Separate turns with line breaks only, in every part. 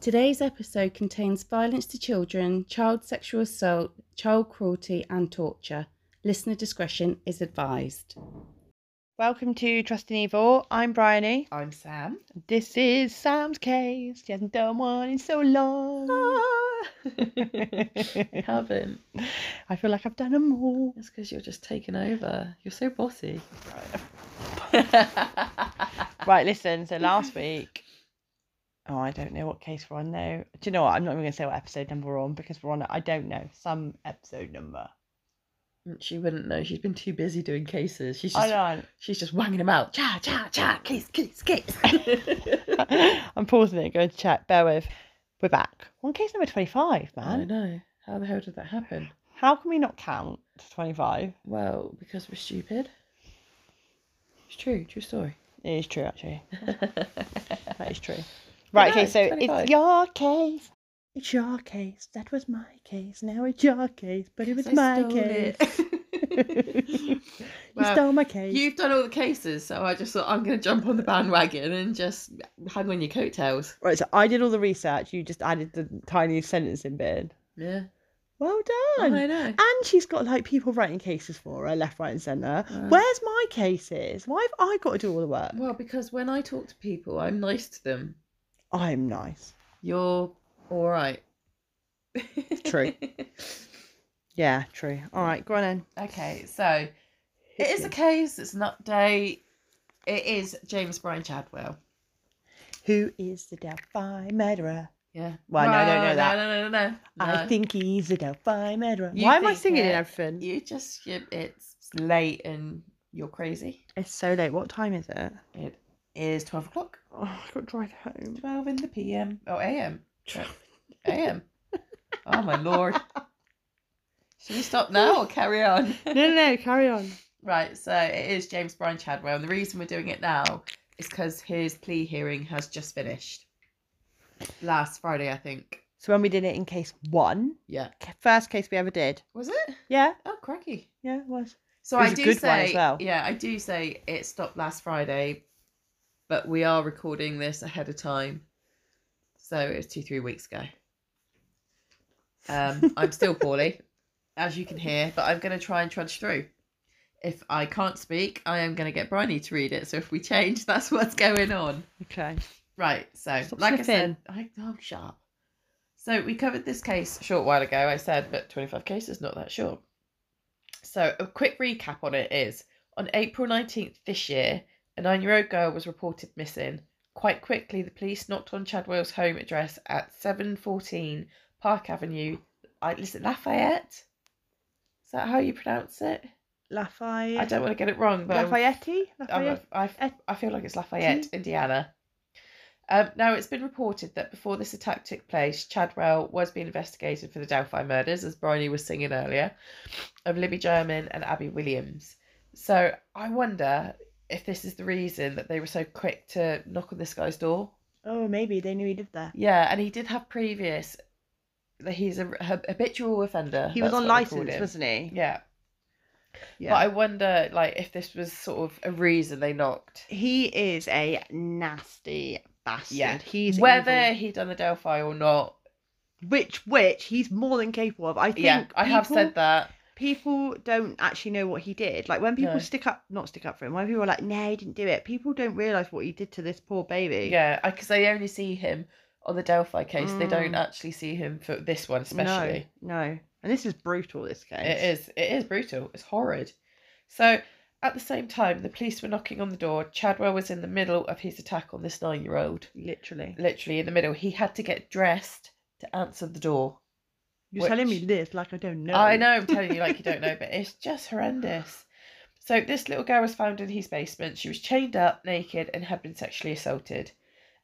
Today's episode contains violence to children, child sexual assault, child cruelty, and torture. Listener discretion is advised.
Welcome to Trust in Evil. I'm Bryony.
I'm Sam.
This is Sam's case. She hasn't done one in so
Ah.
long.
I haven't.
I feel like I've done them all.
It's because you're just taking over. You're so bossy.
Right, listen. So last week, oh, I don't know what case we're on now. Do you know what? I'm not even going to say what episode number we're on because we're on, I don't know, some episode number.
she wouldn't know. She's been too busy doing cases. She's
I
just
know.
she's just wanging them out. Cha cha cha. Case case case.
I'm pausing it, going to check. Bear with. We're back. On case number 25,
I
man.
know. How the hell did that happen?
How can we not count to 25?
Well, because we're stupid. It's true. True story.
It is true, actually. That is true.
But
Right, okay,
no,
so
25.
it's your case. It's your case. That was my case. Now it's your case, but it was my case.
It.
You
Wow.
stole my case.
You've done all the cases, so I just thought I'm going to jump on the bandwagon and just hang on your coattails.
Right, so I did all the research. You just added the tiny sentence in bit.
Yeah.
Well
I
done.
know.
And she's got like people writing cases for her, left, right, and centre.
Wow.
Where's my cases? Why have I got to do all the work?
Well, because when I talk to people, I'm nice to them.
I'm nice.
You're all right.
True. Yeah, true. All right, go on then.
okay, so it is a
me.
case. It's an update. It is James Brian Chadwell.
Who is the Delphi murderer?
Yeah.
Well, no, I don't know
No,
that.
No, no, no, no.
I
No.
think he's the Delphi murderer.
You
Why am I
think
singing
it.
in everything?
you just you, it's late and you're crazy.
It's so late. What time is it?
It is twelve o'clock.
Oh, I've got to drive home.
Twelve in the PM. Oh, AM. AM. oh my lord. Should we stop now or carry on?
No, no, no, carry on.
Right, so it is James Brian Chadwell, and the reason we're doing it now is because his plea hearing has just finished. Last Friday, I think.
So when we did it in case one,
Yeah.
ca- first case we ever did.
Was it?
Yeah,
Oh, cracky.
yeah, it was.
So
It was
I
a
do
good
say,
one as well.
yeah, I do say it stopped last Friday, but we are recording this ahead of time, so it's two three weeks ago. Um, I'm still poorly, as you can hear, but I'm going to try and trudge through. If I can't speak, I am going to get Bryony to read it. So if we change, that's what's going on.
Okay.
Right, so
Stop
like
sniffing.
I said, I, I'm sharp. So we covered this case a short while ago. I said, but 25 cases, not that short. So a quick recap on it is on April 19th this year, a nine year old girl was reported missing. Quite quickly, the police knocked on Chadwell's home address at 714 Park Avenue. I listen, Lafayette? Is that how you pronounce it? I
Lafayette.
don't Oh, want to get it wrong, but I'm
Lafayette?
I'm
Lafayette?
a, I, I feel like it's Lafayette, Indiana. Um, now, it's been reported that before this attack took place, Chadwell was being investigated for the Delphi murders, as Bryony was singing earlier, of Libby German and Abby Williams. So I wonder if this is the reason that they were so quick to knock on this guy's door.
Oh, maybe they knew he lived there.
Yeah, and he did have previous. that He's a hab- habitual offender.
He was
that's
on
what they called
license,
him.
wasn't he?
Yeah.
Yeah.
But I wonder, like, if this was sort of a reason they knocked.
He is a nasty bastard.
Yeah.
He's
whether
evil.
he done the Delphi or not.
which which he's more than capable of. I think
yeah, I have
people-
said that.
people don't actually know what he did. Like when people
No.
stick up, not stick up for him, when people are like, "No, he didn't do it," people don't realize what he did to this poor baby.
Yeah, because they only see him on the Delphi case. They don't
Mm.
actually see him for this one, especially.
No, no, and this is brutal. This case.
It is. It is brutal. It's horrid. So, at the same time, the police were knocking on the door. Chadwell was in the middle of his attack on this nine-year-old.
literally.
Literally in the middle. He had to get dressed to answer the door.
You're telling me
Which-
this like I don't know.
Oh, I know I'm telling you like you don't know, but it's just horrendous. So this little girl was found in his basement. She was chained up, naked, and had been sexually assaulted.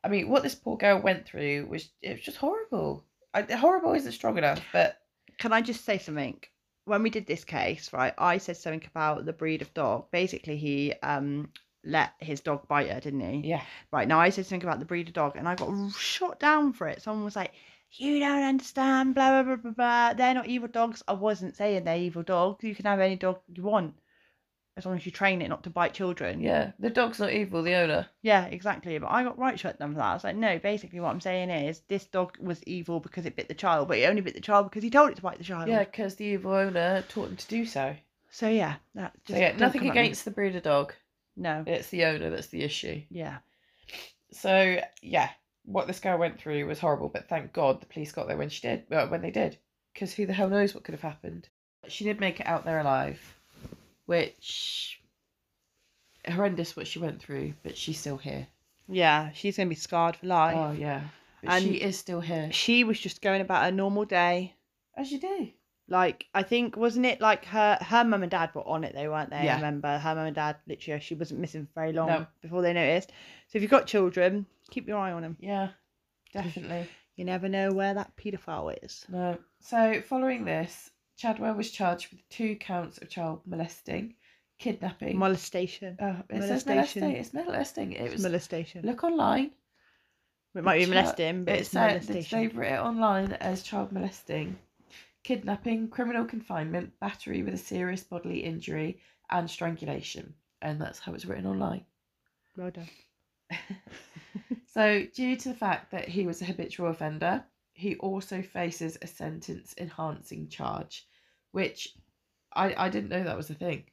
I mean, what this poor girl went through was it was just horrible. I, horrible isn't strong enough, but
Can I just say something? When we did this case, right, I said something about the breed of dog. Basically, he um let his dog bite her, didn't he?
yeah,
Right now, I said something about the breed of dog, and I got r- shot down for it. Someone was like, "You don't understand." Blah blah blah blah. blah. They're not evil dogs. I wasn't saying they're evil dogs. You can have any dog you want. as long as you train it not to bite children.
Yeah, the dog's not evil, the owner.
Yeah, exactly. But I got right shut down for that. I was like, no, basically what I'm saying is this dog was evil because it bit the child, but it only bit the child because he told it to bite the child.
Yeah, because the evil owner taught him to do so.
So yeah, that
So
just
yeah,
don't
nothing
come at me.
against the breeder dog.
No.
It's the owner that's the issue.
Yeah.
So yeah, what this girl went through was horrible, but thank God the police got there when she did. Well, when they did, because who the hell knows what could have happened? She did make it out there alive, which horrendous what she went through, but she's still here.
Yeah. She's gonna be scarred for life.
oh yeah, but
and-
she is still here.
She was just going about her normal day.
As you do.
Like I think wasn't it like her her mum and dad were on it though, weren't they?
Yeah.
I remember her mum and dad literally she wasn't missing for very long
No.
before they noticed. So if you've got children, keep your eye on them.
Yeah, definitely.
You never know where that paedophile is.
No. So, following this, Chadwell was charged with two counts of child molesting, kidnapping.
Molestation.
oh, it says
molestation.
molesting. It's molesting. It
It's
was.
molestation.
Look online.
it might be
Cha-
molesting, but
it
it's
said that
molestation.
They wrote it online as child molesting, kidnapping, criminal confinement, battery with a serious bodily injury, and strangulation. And that's how it's written online.
Well done.
So, due to the fact that he was a habitual offender, he also faces a sentence enhancing charge, which I, I didn't know that was a thing.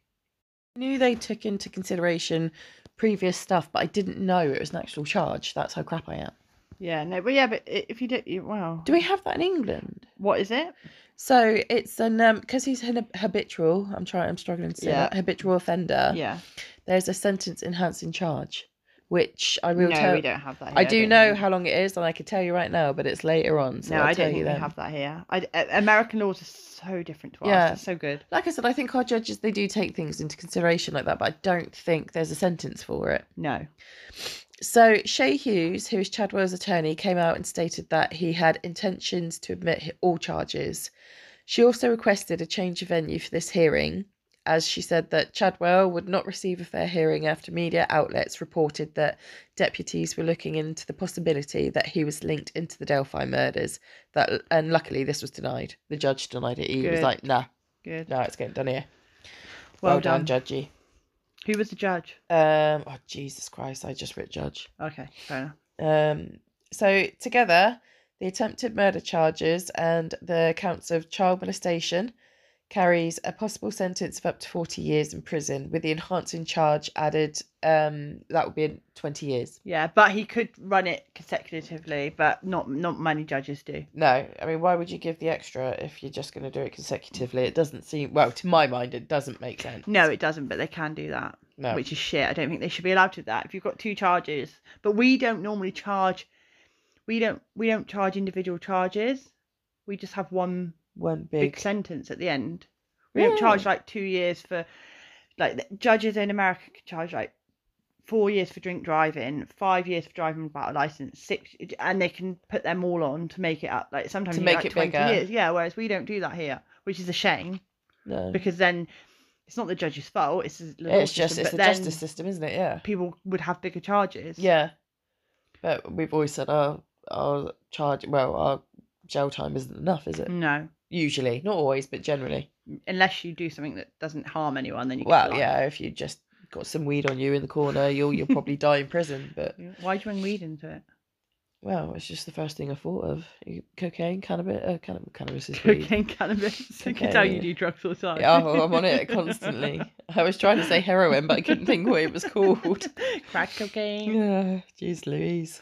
I knew they took into consideration previous stuff, but I didn't know it was an actual charge. That's how crap I am.
Yeah, no, but yeah, but i- if you do, you, well,
Do we have that in England?
what is it?
So it's an um because he's an habitual. I'm trying. I'm struggling to say
Yeah.
that habitual offender.
yeah,
There's a sentence enhancing charge, which I will
no,
tell.
we don't have that. Here,
I do know
think.
how long it is, and I could tell you right now, but it's later on. So
no,
I'll
I
tell
don't
you
think we
then.
have that here. I, uh, American laws are so different to ours.
Yeah.
Yeah, so good.
Like I said, I think our judges they do take things into consideration like that, but I don't think there's a sentence for it.
No,
So Shay Hughes, who is Chadwell's attorney, came out and stated that he had intentions to admit hi- all charges. She also requested a change of venue for this hearing, as she said that Chadwell would not receive a fair hearing after media outlets reported that deputies were looking into the possibility that he was linked into the Delphi murders. That and luckily this was denied. The judge denied it. He was
Good.
like, "Nah,
good.
no, it's getting done here."
well, done.
judgy.
Who was the judge?
Um, oh Jesus Christ! I just wrote judge.
Okay, fair enough.
Um, so together, the attempted murder charges and the counts of child molestation carries a possible sentence of up to 40 years in prison with the enhancing charge added um, that would be 20 years
Yeah, but he could run it consecutively, but not not many judges do.
no i mean why would you give the extra if you're just going to do it consecutively it doesn't seem well to my mind it doesn't make sense
No, it doesn't, but they can do that,
no
which is shit. I don't think they should be allowed to do that. If you've got two charges, but we don't normally charge, we don't we don't charge individual charges. We just have one
one
big,
big,
sentence at the end. We don't charge like two years for like the judges in America can charge like four years for drink driving, five years for driving without a license, six, and they can put them all on to make it up. Like sometimes
To
you
make
like
it
20
bigger.
years, yeah. Whereas we don't do that here, which is a shame
no
because then it's not the judge's fault. It's the law
it's just
system,
it's the
but then
justice system isn't it yeah
People would have bigger charges.
Yeah, but we've always said our our charge well our jail time isn't enough, is it?
No,
Usually, not always, but generally.
unless you do something that doesn't harm anyone, then you. get
Well,
life.
yeah, if you just got some weed on you in the corner, you'll you'll probably die in prison. But
Why do you bring weed into it?
well, it's just the first thing I thought of: You- cocaine, cannabis, uh, canna- cannabis is weed.
Cocaine, cannabis. I can tell you
Cocaine.
do drugs all the time.
Yeah, oh, I'm on it constantly. I was trying to say heroin, but I couldn't think what it was called.
Crack cocaine.
Yeah, jeez Louise.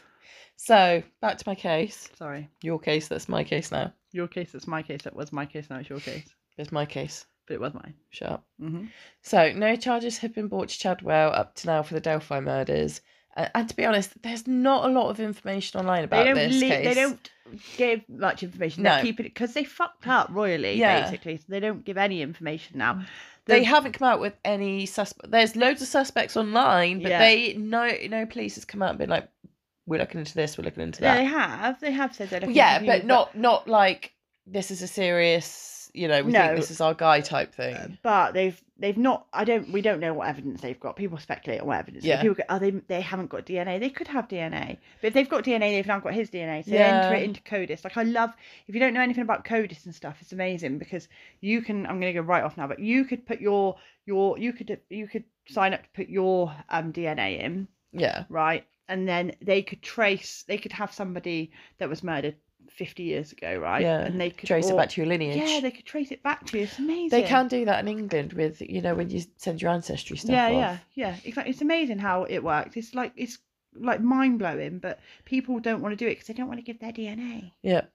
So back to my case,
Sorry.
your case. That's my case now.
Your case, that's my case. That was my case. Now it's your case.
It's my case.
But it was mine.
Shut up.
hmm
So, no charges have been brought to Chadwell up to now for the Delphi murders. And, and to be honest, there's not a lot of information online
They
about
don't.
this
lea-
case.
They don't give much information.
No.
They keep it because they fucked up royally,
Yeah.
basically. So they don't give any information now.
They
The-
haven't come out with any suspect. There's loads of suspects online, but
Yeah.
they no no police has come out and been like, "We're looking into this. We're looking into
Yeah,
that."
they have. They have said they're
Well,
looking
Yeah,
into
but
people,
not not like this is a serious you know, we
No. Um,
think this is our guy type thing.
but they've they've not i don't we don't know what evidence they've got people speculate on what evidence
Yeah.
people go oh they, they haven't got dna they could have dna but if they've got dna they've now got his dna so they enter
Yeah.
it into codis like i love if you don't know anything about codis and stuff it's amazing because you can i'm going to go right off now but you could put your your you could you could sign up to put your um dna in
yeah.
right and then they could trace they could have somebody that was murdered 50 years ago right
Yeah,
and they could
Trace it
all-
back to your lineage.
yeah they could trace it back to you it's amazing
They can do that in England with, you know, when you send your ancestry stuff
yeah
off.
yeah yeah exactly it's amazing how it works it's like it's like mind-blowing but people don't want to do it because they don't want to give their dna
Yeah.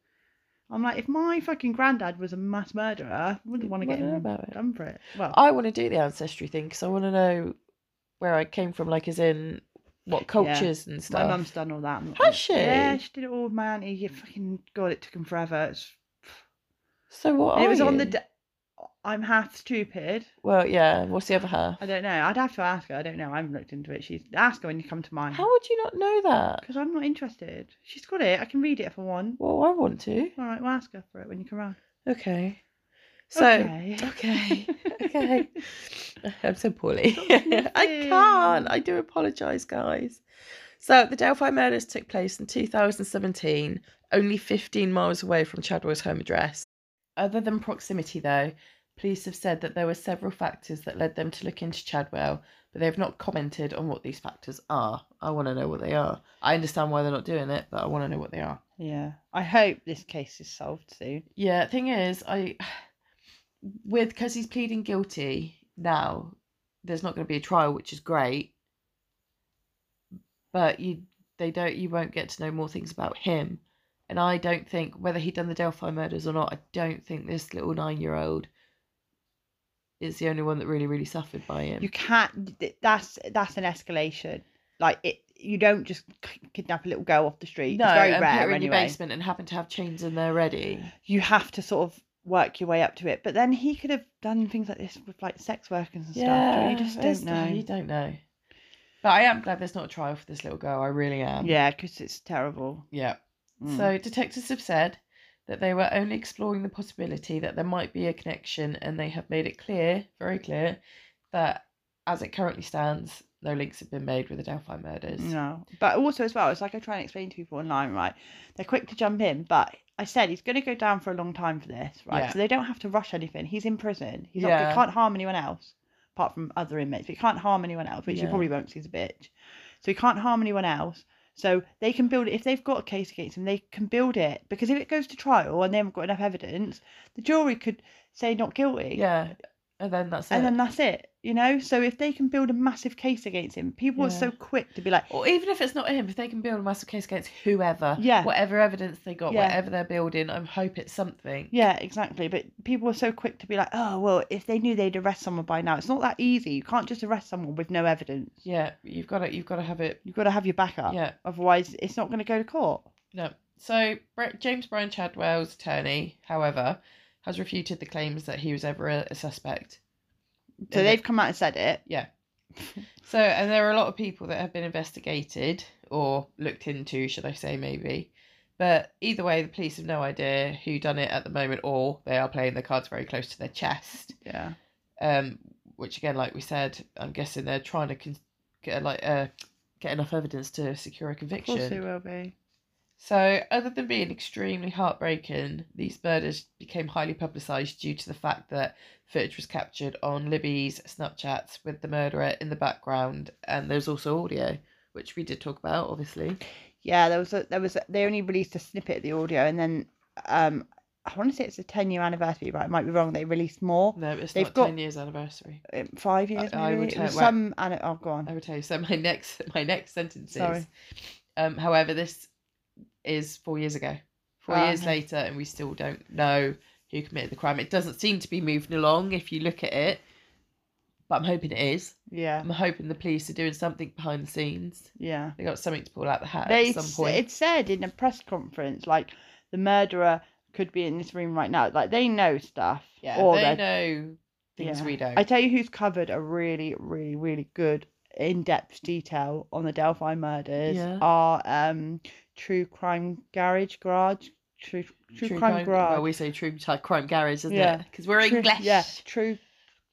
i'm like if my fucking granddad was a mass murderer i wouldn't want to get
Wouldn't know
him
about it.
done for it well
I want to do the ancestry thing because I want to know where I came from, like as in what cultures and
my
stuff.
mum's done all that I'm not
Has
gonna-
she?
yeah she did it all with my auntie yeah fucking god it took him forever it's...
So what?
and it
are
was on the
you?
d i'm half stupid
Well, yeah. What's the other half?
i don't know i'd have to ask her i don't know i haven't looked into it she's ask her when you come to mine
How would you not know that?
because i'm not interested she's got it i can read it if i want
Well, I want to.
all right we'll ask her for it when you come round
Okay. So.
Okay.
Okay. Okay. I'm so poorly. I
sniffing.
can't. I do apologise, guys. So the Delphi murders took place in 2017, only 15 miles away from Chadwell's home address. Other than proximity, though, police have said that there were several factors that led them to look into Chadwell, but they have not commented on what these factors are. I want to know what they are. I understand why they're not doing it, but I want to know what they are.
yeah. I hope this case is solved soon.
Yeah, thing is, I with because he's pleading guilty now, there's not going to be a trial, which is great. But you, they don't, you won't get to know more things about him. And I don't think whether he done the Delphi murders or not, I don't think this little nine-year-old is the only one that really, really suffered by him.
You can't. th- That's that's an escalation. Like it. You don't just k- kidnap a little girl off the street.
no,
it's very
and put
rare
her in your
anyway.
basement and happen to have chains in there ready.
You have to sort of work your way up to it. But then he could have done things like this with like sex workers and stuff. You just
there's
don't
no-
know.
You don't know. But I am glad there's not a trial for this little girl. I really am.
Yeah, because it's terrible.
Yeah.
Mm.
So detectives have said that they were only exploring the possibility that there might be a connection, and they have made it clear, very clear, that as it currently stands, no links have been made with the Delphi murders.
No, but also as well, it's like I try and explain to people online, right? They're quick to jump in, but I said he's going to go down for a long time for this, right?
Yeah.
So they don't have to rush anything. He's in prison. He's not,
Yeah.
he can't harm anyone else apart from other inmates. But he can't harm anyone else, which he
Yeah.
probably won't. 'cause He's a bitch, so he can't harm anyone else. So they can build it if they've got a case against him. They can build it because if it goes to trial and they haven't got enough evidence, the jury could say not guilty
Yeah, and then that's it.
and then that's it. You know. So if they can build a massive case against him, people are
Yeah.
so quick to be like,
or even if it's not him, if they can build a massive case against whoever,
Yeah.
whatever evidence they got,
Yeah.
whatever they're building, I hope it's something.
Yeah, exactly. But people are so quick to be like, oh, well, if they knew they'd arrest someone by now, it's not that easy. You can't just arrest someone with no evidence.
Yeah, you've got to, you've got to have it.
You've got to have your backup.
Yeah.
Otherwise, it's not going to go to court.
No. So Bre- James Brian Chadwell's attorney, however, has refuted the claims that he was ever a, a suspect.
So
And
they've come out and said it.
So, and there are a lot of people that have been investigated or looked into, should I say, maybe. But either way, the police have no idea who done it at the moment, or they are playing their cards very close to their chest.
Yeah.
Um, which again, like we said, I'm guessing they're trying to con- get like uh, get enough evidence to secure a
Of course they
conviction.
will be.
So, other than being extremely heartbreaking, these murders became highly publicised due to the fact that footage was captured on Libby's Snapchats with the murderer in the background, and there's also audio, which we did talk about, obviously.
Yeah, there was a, there was a, they only released a snippet of the audio and then um I want to say it's a 10 year anniversary, but I might be wrong. They released more.
No, it's
They've
not
got-
10 years anniversary.
uh, 5 years
I- I
maybe.
would
It was
take- well-
some anne- oh go on.
I would tell you. So my next, my next sentence is,
Sorry.
um, however, this is four years ago. Four
Ah,
years
okay.
later, and we still don't know who committed the crime. It doesn't seem to be moving along if you look at it, but I'm hoping it is.
Yeah.
I'm hoping the police are doing something behind the scenes.
Yeah.
They got something to pull out the hat
they
at some
s-
point.
it said in a press conference like the murderer could be in this room right now like they know stuff
yeah,
or
they
they're-
know things
yeah.
we don't.
i tell you who's covered a really really really good in-depth detail on the delphi murders
Yeah.
are um true crime garage garage True, true, crime, garage.
Well, we say true ti- crime garage, isn't
Yeah.
it? Because we're
true,
English.
Yeah, true,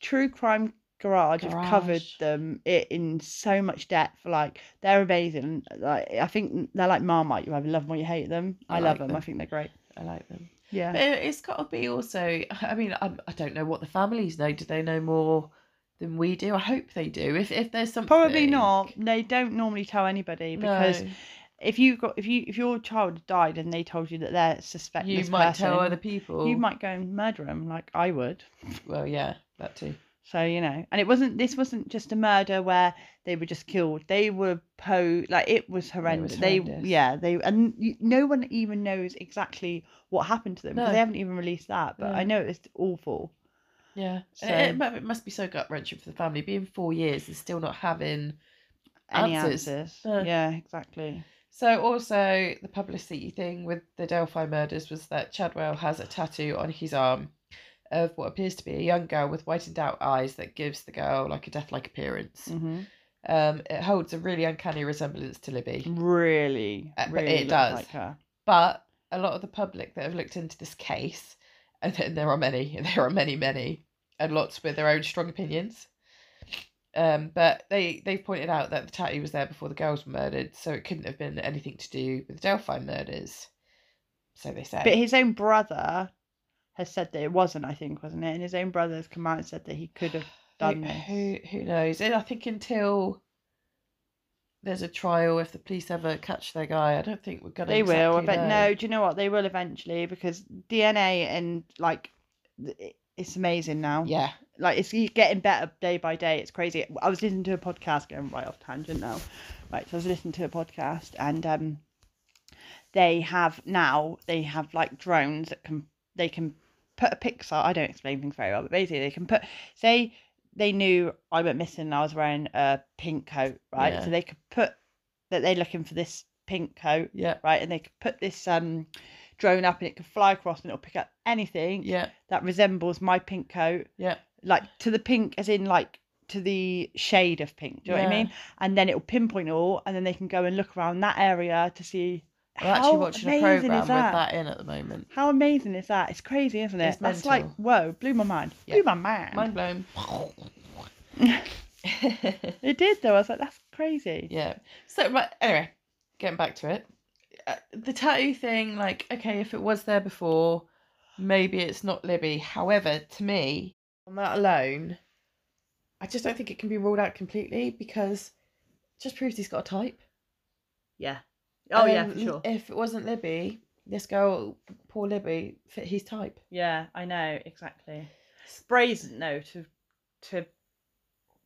true crime garage. have covered
Garage.
them it in so much depth. Like they're amazing. Like I think they're like Marmite. You either love them or you hate them. I,
I
love
like
them. I
them.
think they're great.
I like them.
Yeah.
But it- it's got to be also. I mean, I'm, I don't know what the families know. Do they know more than we do? I hope they do. If if there's something,
Probably not. They don't normally tell anybody because
No.
if you got if you if your child died and they told you that they're suspect,
you
this
might
person,
tell other people.
You might go and murder them, like I would.
Well, yeah, that too.
So you know, and it wasn't. This wasn't just a murder where they were just killed. They were po like it was horrendous.
horrendous.
They yeah they and you, no one even knows exactly what happened to them because
No.
they haven't even released that. But I know it was awful.
Yeah,
So-
and it, it, mu- it must be so gut wrenching for the family being four years and still not having.
Any
Answers.
answers?
No.
Yeah, exactly.
So also the publicity thing with the Delphi murders was that Chadwell has a tattoo on his arm of what appears to be a young girl with whitened out eyes that gives the girl like a death-like appearance.
hmm
Um, it holds a really uncanny resemblance to Libby,
Really,
Uh, but
really
it
looks
does.
Like her.
but a lot of the public that have looked into this case, and th- there are many, there are many, many, and lots with their own strong opinions. Um, but they they've pointed out that the tattoo was there before the girls were murdered, so it couldn't have been anything to do with the Delphi murders. So they say.
But his own brother has said that it wasn't. I think wasn't it? And his own brother has come out and said that he could have
Who-
done this.
Who who knows? And I think until there's a trial, if the police ever catch their guy, I don't think we're gonna.
They will. I
exactly
bet
know.
no. Do you know what? They will eventually because DNA and like th- it- it's amazing now.
Yeah.
Like it's getting better day by day. It's crazy. I was listening to a podcast going right off tangent now. Right, so I was listening to a podcast and um, they have now they have like drones that can they can put a pixel. I don't explain things very well, but basically they can put say they knew I went missing and I was wearing a pink coat, right?
Yeah.
So they could put that they're looking for this pink coat
Yeah.
right? And they could put this um drone up and it could fly across and it'll pick up anything
Yeah.
that resembles my pink coat.
Yeah.
Like to the pink as in like to the shade of pink. Do you know what I
Yeah.
mean? And then it'll pinpoint it all and then they can go and look around that area to see
I'm
how
actually watching a
amazing is
program with
that?
that in at the moment.
How amazing is that? It's crazy, isn't it?
It's
That's like
mental.
whoa, blew my mind.
Yeah.
Blew my mind.
Mind blown.
It did though. I was like, that's crazy.
yeah. So, but anyway, getting back to it, uh, the tattoo thing, like, okay, if it was there before, maybe it's not Libby. However, to me, on that alone, I just don't think it can be ruled out completely because it just proves he's got a type.
Oh, Yeah.
And If it wasn't Libby, this girl, poor Libby, fit his type.
Yeah, I know exactly. It's brazen though to to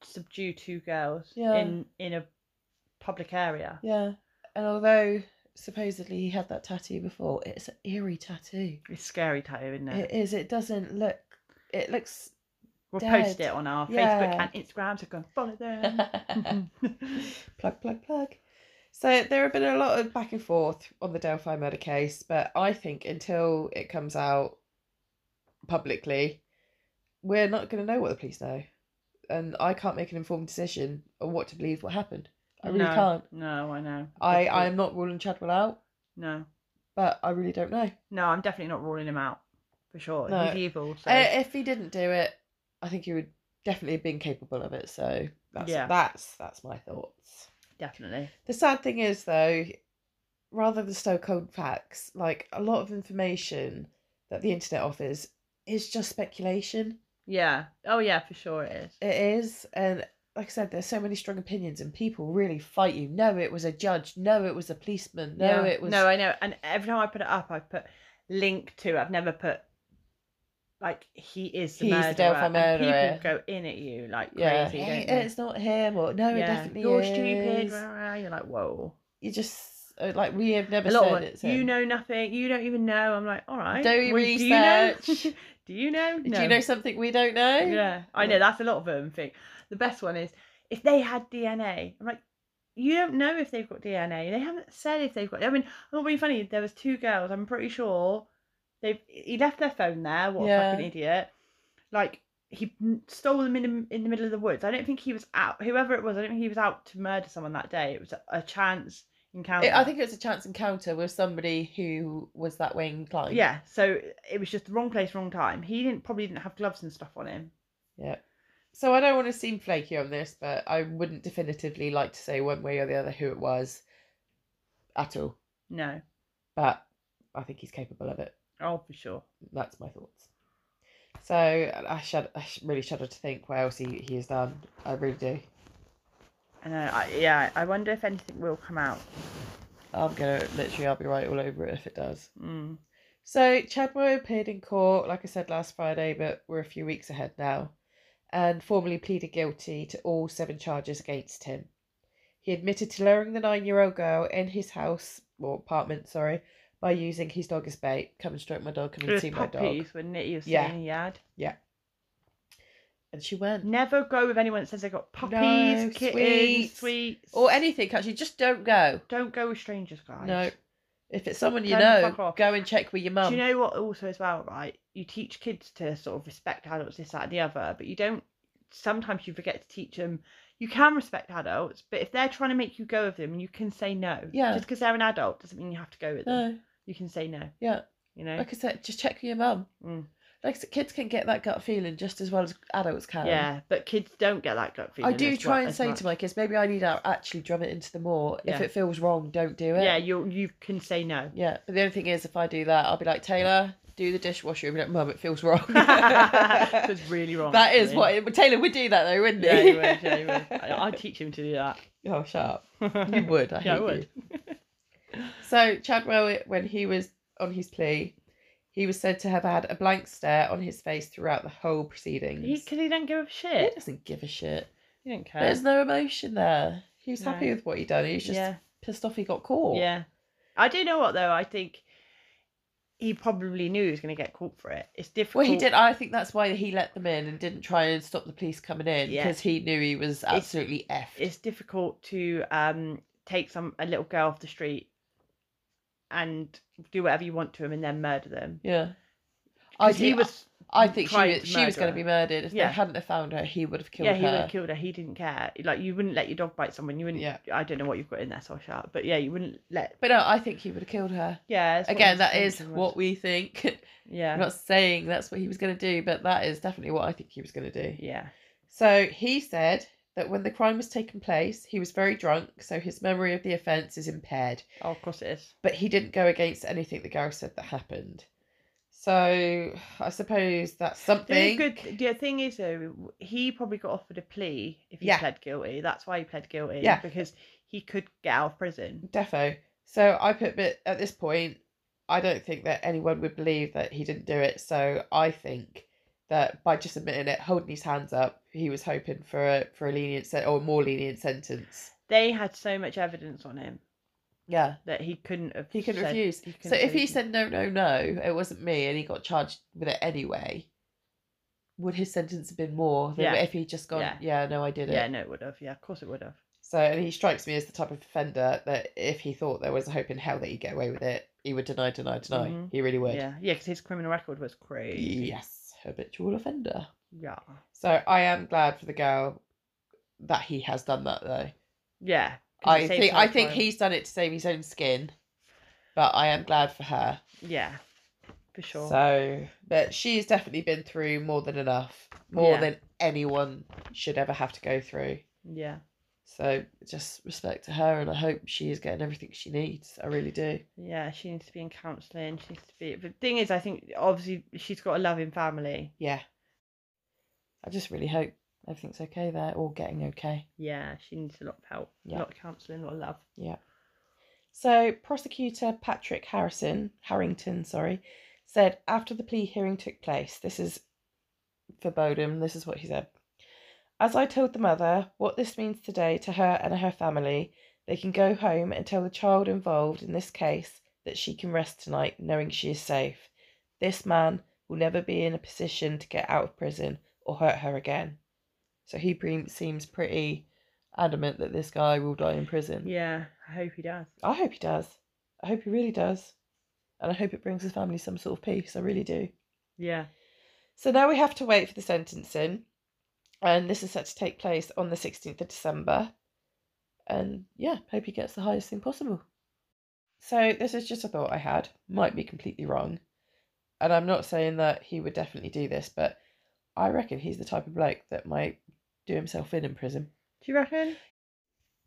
subdue two girls
Yeah.
in in a public area.
Yeah. And although supposedly he had that tattoo before, it's an eerie tattoo.
It's scary tattoo, isn't it?
It is. It doesn't look. It looks.
we'll post
dead.
it on our
Yeah.
Facebook and Instagram, so go and follow them.
um, plug, plug, plug. So there have been a lot of back and forth on the Delphi murder case, but I think until it comes out publicly, we're not going to know what the police know, and I can't make an informed decision on what to believe what happened. I really
no,
can't.
No, I know.
I
Difficult.
I am not ruling Chadwell out,
no,
but I really don't know.
no, I'm definitely not ruling him out for sure.
No.
He's evil. So.
Uh, if he didn't do it, I think he would definitely have been capable of it. So that's
Yeah.
that's that's my thoughts.
definitely.
The sad thing is though, rather than so cold facts, like a lot of information that the internet offers is just speculation.
Yeah. Oh yeah, for sure it is.
It is, and like I said, there's so many strong opinions, and people really fight you. No, it was a judge. No, it was a policeman. No,
Yeah.
it was
No, I know. And every time I put it up, I put link to. I've never put like he is the
He's the
murderer.
Delphi
and
murderer.
people go in at you like
yeah,
crazy.
"Hey,
don't they?
it's not him, or no, it
yeah.
definitely
You're
is.
stupid. rah, rah, rah. You're like whoa.
You just uh, like we have never
A lot
said
of
it's
it, you
him.
know nothing. You don't even know. I'm like all right.
Do
well,
your
you know?
research.
do you know?
Do you
No.
know something we don't know?
Yeah, I know. That's a lot of them think. The best one is if they had DNA. I'm like, you don't know if they've got DNA. They haven't said if they've got. I mean, I'm not being funny. There was two girls. I'm pretty sure they've. He left their phone there. What
Yeah.
a fucking idiot! Like he m- stole them in the, in the middle of the woods. I don't think he was out. Whoever it was, I don't think he was out to murder someone that day. It was a, a chance encounter.
It, I think it was a chance encounter with somebody who was that way inclined.
Yeah, so it was just the wrong place, wrong time. He didn't probably didn't have gloves and stuff on him.
So I don't want to seem flaky on this, but I wouldn't definitively like to say one way or the other who it was at all.
No.
But I think he's capable of it.
Oh, for sure.
That's my thoughts. So I shud- I sh- really shudder to think what else he, he has done. I really do.
And uh, I, yeah, I wonder if anything will come out.
I'm gonna literally I'll be right all over it if it does.
Mm.
So Chadwell appeared in court, like I said last Friday, but we're a few weeks ahead now, and formally pleaded guilty to all seven charges against him. He admitted to luring the nine-year-old girl in his house or apartment, sorry, by using his dog as bait. Come and stroke my dog. Come and
Those
see my dog.
puppies, wouldn't it? You were
Yeah.
saying he had.
And she went.
Never go with anyone that says they got puppies,
No,
kittens,
sweets.
sweets.
or anything actually just don't go
Don't go with strangers, guys.
no um, if it's someone you
Don't fuck
know
off.
go and check with your mum
Do you know what? Also, as well, right? You teach kids to sort of respect adults, this, that, and the other, but you don't. Sometimes you forget to teach them. You can respect adults, but if they're trying to make you go with them, you can say no.
Yeah.
Just because they're an adult doesn't mean you have to go with them.
no
You can say no.
Yeah.
You know.
like i said just check with your mum
Mm.
like I said, kids can get that gut feeling just as well as adults can
yeah, but kids don't get that gut feeling.
I do
as
try
well-
and
as
say
much.
to my kids, maybe I need to actually drum it into them more. If
Yeah.
it feels wrong, don't do it.
Yeah, you you can say no.
Yeah. But the only thing is, if I do that, I'll be like, Taylor, do the dishwasher. You'll be like, Mum, it feels wrong. that
That's really wrong.
is
actually.
what it, Taylor would do that though, wouldn't
Yeah,
he?
you would, yeah, you would. I, I teach him to do that.
oh, shut up. You would. I
Yeah, I
hate
would.
you. so Chadwell, when he was on his plea, he was said to have had a blank stare on his face throughout the whole proceedings.
He,
He,
cause he don't give a shit.
doesn't give a shit.
He don't care.
There's no emotion there. He was
No.
happy with what he done. He was just
yeah,
pissed off he got caught.
yeah. I do know what though. I think he probably knew he was going to get caught for it. It's difficult.
Well, he did. I think that's why he let them in and didn't try and stop the police coming in
Yeah.
because he knew he was absolutely effed.
It's difficult to um take some a little girl off the street and do whatever you want to him and then murder them.
yeah. I,
'Cause he
was,
was.
I think she
trying
was,
to
she was
murder
going to
her.
be murdered. If
Yeah.
they hadn't have found her, he would have killed
yeah, he would
her.
have killed her. He didn't care. Like you wouldn't let your dog bite someone. You wouldn't.
Yeah.
I don't know what you've got in there, so sharp. But yeah, you wouldn't let.
But no, I think he would have killed her.
Yeah. that's what
Again,
his
that is
intention was.
what we think.
Yeah.
I'm not saying that's what he was going to do, but that is definitely what I think he was going to do.
Yeah.
So he said that when the crime was taking place, he was very drunk, so his memory of the offence is impaired,
Oh, of course it is.
but he
Mm.
didn't go against anything the girl said that happened. So I suppose that's
The
something.
good the thing is though, he probably got offered a plea if he
Yeah.
pled guilty. That's why he pled guilty.
Yeah.
Because he could get out of prison.
Defo. So I put, but at this point, I don't think that anyone would believe that he didn't do it. So I think that by just admitting it, holding his hands up, he was hoping for a for a lenient sen- or a more lenient sentence.
They had so much evidence on him
Yeah,
that he couldn't have.
he couldn't
said-
refuse.
he
So
couldn't
if he
say-
said no, no, no, it wasn't me, and he got charged with it anyway, would his sentence have been more than
Yeah.
if he just gone?
Yeah.
Yeah, no, I did it.
Yeah, no, it would have. Yeah, of course it would have.
So and he strikes me as the type of offender that if he thought there was a hope in hell that he'd get away with it, he would deny, deny, deny.
Mhm.
He really would.
Yeah, yeah, because his criminal record was crazy.
Yes, habitual offender.
Yeah.
So I am glad for the girl that he has done that though.
Yeah. 'cause it
I
saves
think
her
I think
time.
he's done it to save his own skin, but I am glad for her.
Yeah. For sure.
So, but she's definitely been through more than enough, more
Yeah.
than anyone should ever have to go through.
Yeah.
So just respect to her, and I hope she is getting everything she needs. I really do.
Yeah, she needs to be in counselling. She needs to be. The thing is, I think obviously she's got a loving family.
Yeah. I just really hope everything's okay there, or getting okay.
Yeah, she needs a lot of help, a
Yeah.
lot of counselling, a lot of love.
So, prosecutor Patrick Harrison, Harrington, sorry, said after the plea hearing took place, this is verbatim, this is what he said. As I told the mother what this means today to her and her family, they can go home and tell the child involved in this case that she can rest tonight knowing she is safe. This man will never be in a position to get out of prison or hurt her again. So he pre- seems pretty adamant that this guy will die in prison.
Yeah, I hope he does.
I hope he does. I hope he really does. And I hope it brings his family some sort of peace. I really do.
Yeah.
So now we have to wait for the sentencing. And this is set to take place on the 16th of December. And yeah, hope he gets the highest thing possible. So this is just a thought I had, might be completely wrong. And I'm not saying that he would definitely do this, but I reckon he's the type of bloke that might do himself in in prison.
Do you reckon?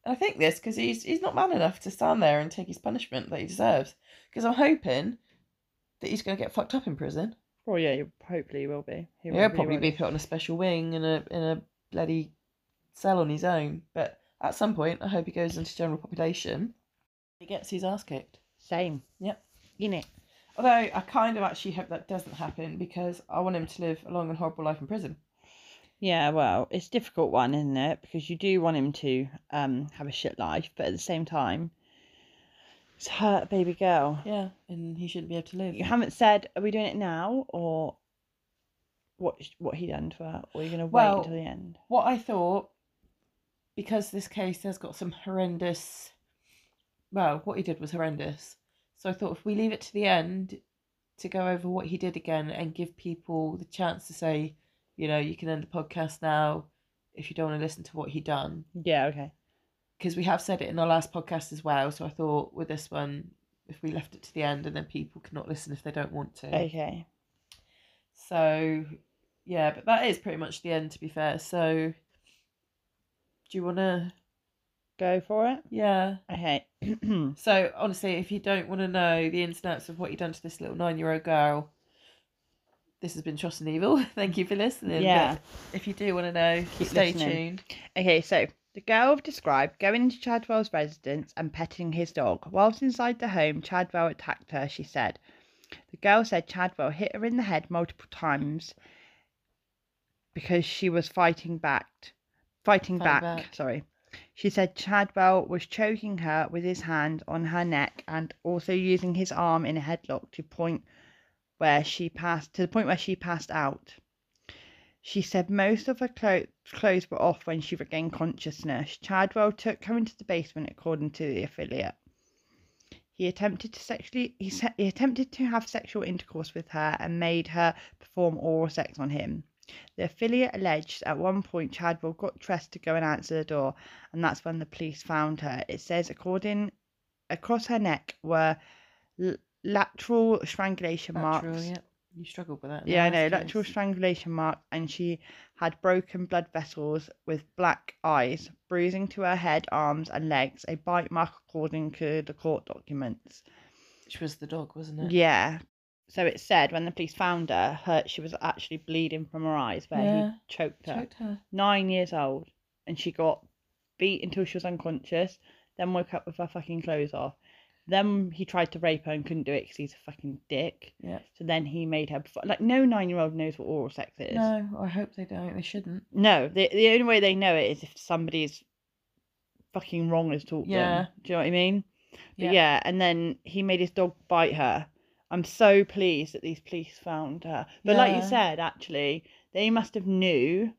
I think this because he's he's not man enough to stand there and take his punishment that he deserves. Because I'm hoping that he's going to get fucked up in prison.
Well, Oh, yeah, you, hopefully he will be. He
He'll
will
probably
won't
be put on a special wing in a in a bloody cell on his own. But at some point, I hope he goes into general population. He gets his ass kicked.
he? Same.
Yep.
In it.
Although I kind of actually hope that doesn't happen because I want him to live a long and horrible life in prison.
Yeah, well, it's a difficult one, isn't it? Because you do want him to um have a shit life, but at the same time, it's hurt baby girl.
Yeah, and he shouldn't be able to live.
You haven't said, are we doing it now or what? What he done to her? Or are you gonna
Well-
wait until the end?
what I thought, because this case has got some horrendous, well, what he did was horrendous. So I thought if we leave it to the end to go over what he did again and give people the chance to say, you know, you can end the podcast now if you don't want to listen to what he done.
Yeah. Okay.
Because we have said it in our last podcast as well. So I thought with this one, if we left it to the end and then people cannot listen if they don't want to.
Okay.
So, yeah, but that is pretty much the end, to be fair. So, do you want to?
Go for it.
Yeah.
Okay.
So, honestly, if you don't want to know the ins and outs of what you've done to this little nine year old girl, this has been Trust and Evil. Thank you for listening.
Yeah.
But if you do want to know,
Keep
stay
listening.
tuned.
Okay, so the girl described going into Chadwell's residence and petting his dog. Whilst inside the home, Chadwell attacked her, she said. The girl said Chadwell hit her in the head multiple times because she was fighting back. Fighting back,
Fighting back.
sorry. She said Chadwell was choking her with his hand on her neck and also using his arm in a headlock to point where she passed to the point where she passed out. She said most of her clo- clothes were off when she regained consciousness. Chadwell took her into the basement, according to the affiliate. He attempted to sexually he, se- he attempted to have sexual intercourse with her and made her perform oral sex on him. The affiliate alleged at one point Chadwell got dressed to go and answer the door, and that's when the police found her. It says according across her neck were l- lateral strangulation
Lateral,
marks.
yeah. You struggled with that. in
Yeah, I
the
know.
last
Lateral
case.
strangulation mark, and she had broken blood vessels with black eyes, bruising to her head, arms, and legs. A bite mark, according to the court documents.
Which was the dog, wasn't it?
Yeah. So it said when the police found her, her she was actually bleeding from her eyes where
Yeah.
he choked her.
Choked her.
Nine years old, and she got beat until she was unconscious. Then woke up with her fucking clothes off. Then he tried to rape her and couldn't do it because he's a fucking dick.
Yeah.
So then he made her perform. Like, no nine year old knows what oral sex is.
No, I hope they don't. They shouldn't.
No, the, the only way they know it is if somebody's fucking wrong has taught
Yeah.
them. Do you know what I mean? But
Yeah.
yeah. and then he made his dog bite her. I'm so pleased that these police found her. But like you
Yeah.
said, actually, they must have knew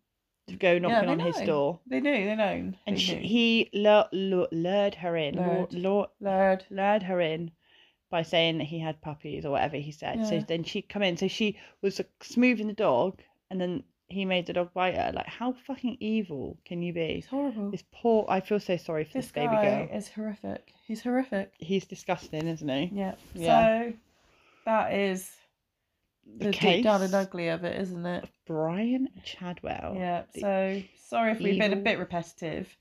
to go knocking
they
on his
know.
door.
They knew, they know.
And
they
she,
knew.
he lur- lur- lured her in, lur-
Lured.
lur-
Lured.
lured her in by saying that he had puppies or whatever he said. So
Yeah.
then she'd come in. So she was like, smoothing the dog, and then he made the dog bite her. Like, how fucking evil can you be?
He's horrible.
This poor. I feel so sorry for this,
This
baby
guy
girl.
is horrific. He's horrific.
He's disgusting, isn't he?
Yeah.
Yeah.
So that is
The
the, deep down
case.
and ugly of it, isn't it?
Brian Chadwell.
yeah.
the
So sorry if we've been a
evil-
bit repetitive,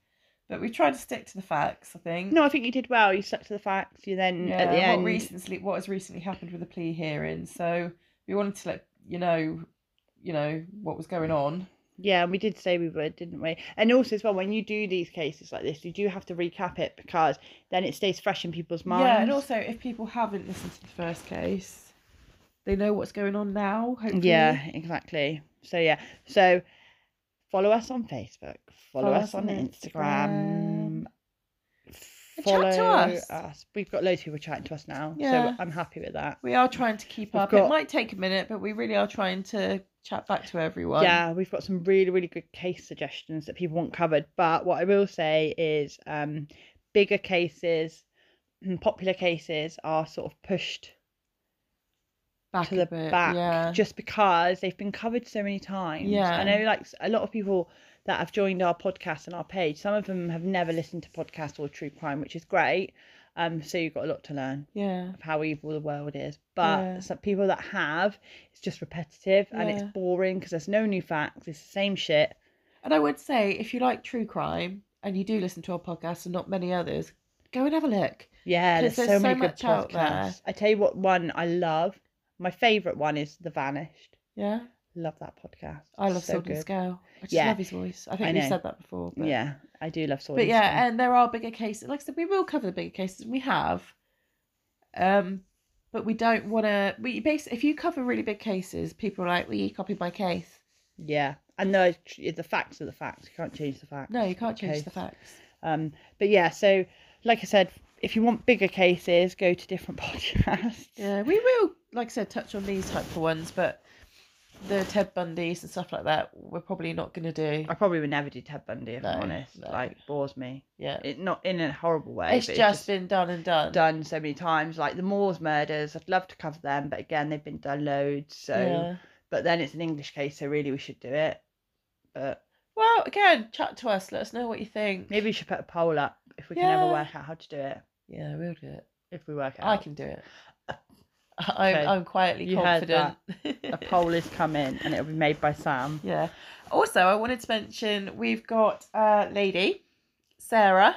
but we tried to stick to the facts. I think.
No, I think you did well. You stuck to the facts. You then
Yeah.
at the end.
What recently? What has recently happened with the plea hearing? So we wanted to let you know, you know what was going on.
Yeah, and we did say we would, didn't we? And also as well, when you do these cases like this, you do have to recap it because then it stays fresh in people's minds.
Yeah, and also if people haven't listened to the first case, they know what's going on now. Hopefully.
Yeah, exactly. So yeah, so follow us on Facebook, follow,
Follow
us on Instagram,
And chat to us.
We've got loads of people chatting to us now,
Yeah.
so I'm happy with that.
We are trying to keep
We've
up.
got-
It might take a minute, but we really are trying to chat back to everyone.
Yeah, we've got some really really good case suggestions that people want covered. But what I will say is, um, bigger cases, mm, popular cases are sort of pushed
back
to
a
the
bit,
back
Yeah.
just because they've been covered so many times.
Yeah.
I know like s- a lot of people that have joined our podcast and our page. Some of them have never listened to podcasts or true crime, which is great. Um, so you've got a lot to learn
Yeah.
of how evil the world is. But
Yeah.
some people that have, it's just repetitive and it's
Yeah.
boring because there's no new facts. It's the same shit.
And I would say if you like true crime and you do listen to our podcast and not many others, go and have a look.
Yeah, there's,
'Cause
so
there's
many
so
good
much out there.
podcasts. I tell you what, one I love. My favourite one is The Vanished.
Yeah.
Love that podcast.
I love
So
Sylvan
good.
Scale. I just
Yeah.
love his voice. I think
I
we've
know.
said that before. But...
Yeah, I do love Sword.
But yeah, and there are bigger cases. Like I said, we will cover the bigger cases. and We have, um, but we don't want to. We basically, if you cover really big cases, people are like, "Well, you copied my case."
yeah, and the the facts are the facts. You can't change the facts.
No, you can't change
Okay.
the facts.
Um, but yeah, so like I said, if you want bigger cases, go to different podcasts.
Yeah, we will, like I said, touch on these type of ones, but the Ted Bundys and stuff like that, we're probably not going to do.
I probably would never do Ted Bundy if I'm
No,
honest.
no.
Like bores me.
Yeah,
It not in a horrible way.
it's
but
just, been done and done.
done so many times. Like the Moors murders, I'd love to cover them, but again they've been done loads. So
Yeah.
but then it's an English case, so really we should do it. But
Well, again, chat to us. Let us know what you think.
maybe we should put a poll up if we can ever
Yeah.
work out how to do it.
Yeah, we'll do it.
If we work it
I
out.
can do it. I,
Okay.
I'm, I'm quietly
You heard
confident.
A poll is coming and it'll be made by Sam.
Yeah. Also, I wanted to mention we've got a lady, Sarah,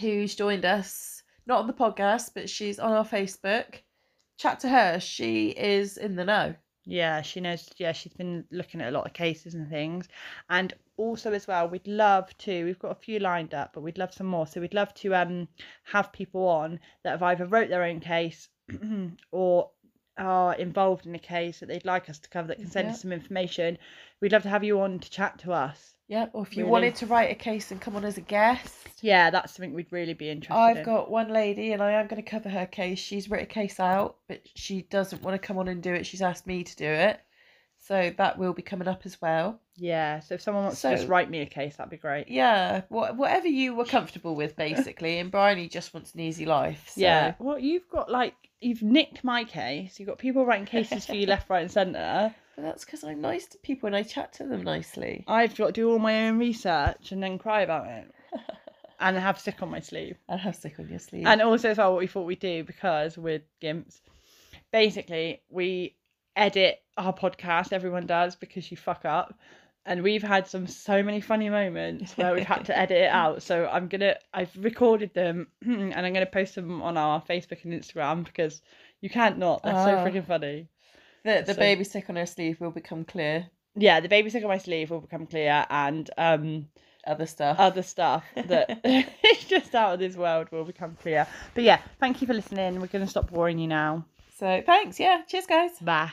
who's joined us, not on the podcast, but she's on our Facebook. Chat to her. She is in the know.
Yeah, she knows. Yeah, she's been looking at a lot of cases and things. And also, as well, we'd love to. We've got a few lined up, but we'd love some more. So we'd love to um have people on that have either wrote their own case or are involved in a case that they'd like us to cover that can send us
Yeah.
some information. We'd love to have you on to chat to us.
Yeah. Or if you
Really?
wanted to write a case and come on as a guest.
Yeah, that's something we'd really be interested in.
I've got one lady, and I am going to cover her case. She's written a case out, but she doesn't want to come on and do it. She's asked me to do it, so that will be coming up as well.
Yeah, so if someone wants to just
So-
write me a case, that'd be great.
Yeah, wha- whatever you were comfortable with, basically. and Bryony just wants an easy life. So.
Yeah. Well, you've got like you've nicked my case. You've got people writing cases for you left, right, and centre.
But that's because I'm nice to people and I chat to them nicely.
I've got to do all my own research and then cry about it. and have sick on my sleeve.
I have sick on your sleeve.
And also as well what we thought we'd do because we're gimps. Basically, we edit our podcast, everyone does, because you fuck up. And we've had some so many funny moments where we've had to edit it out. So I'm gonna I've recorded them and I'm gonna post them on our Facebook and Instagram because you can't not. They're
Ah.
so freaking funny.
the the
so-
baby sick on her sleeve will become clear.
yeah, the baby sick on my sleeve will become clear, and um,
Other stuff.
other stuff that is just out of this world will become clear. But yeah, thank you for listening. We're going to stop boring you now.
so thanks. Yeah. Cheers, guys.
Bye.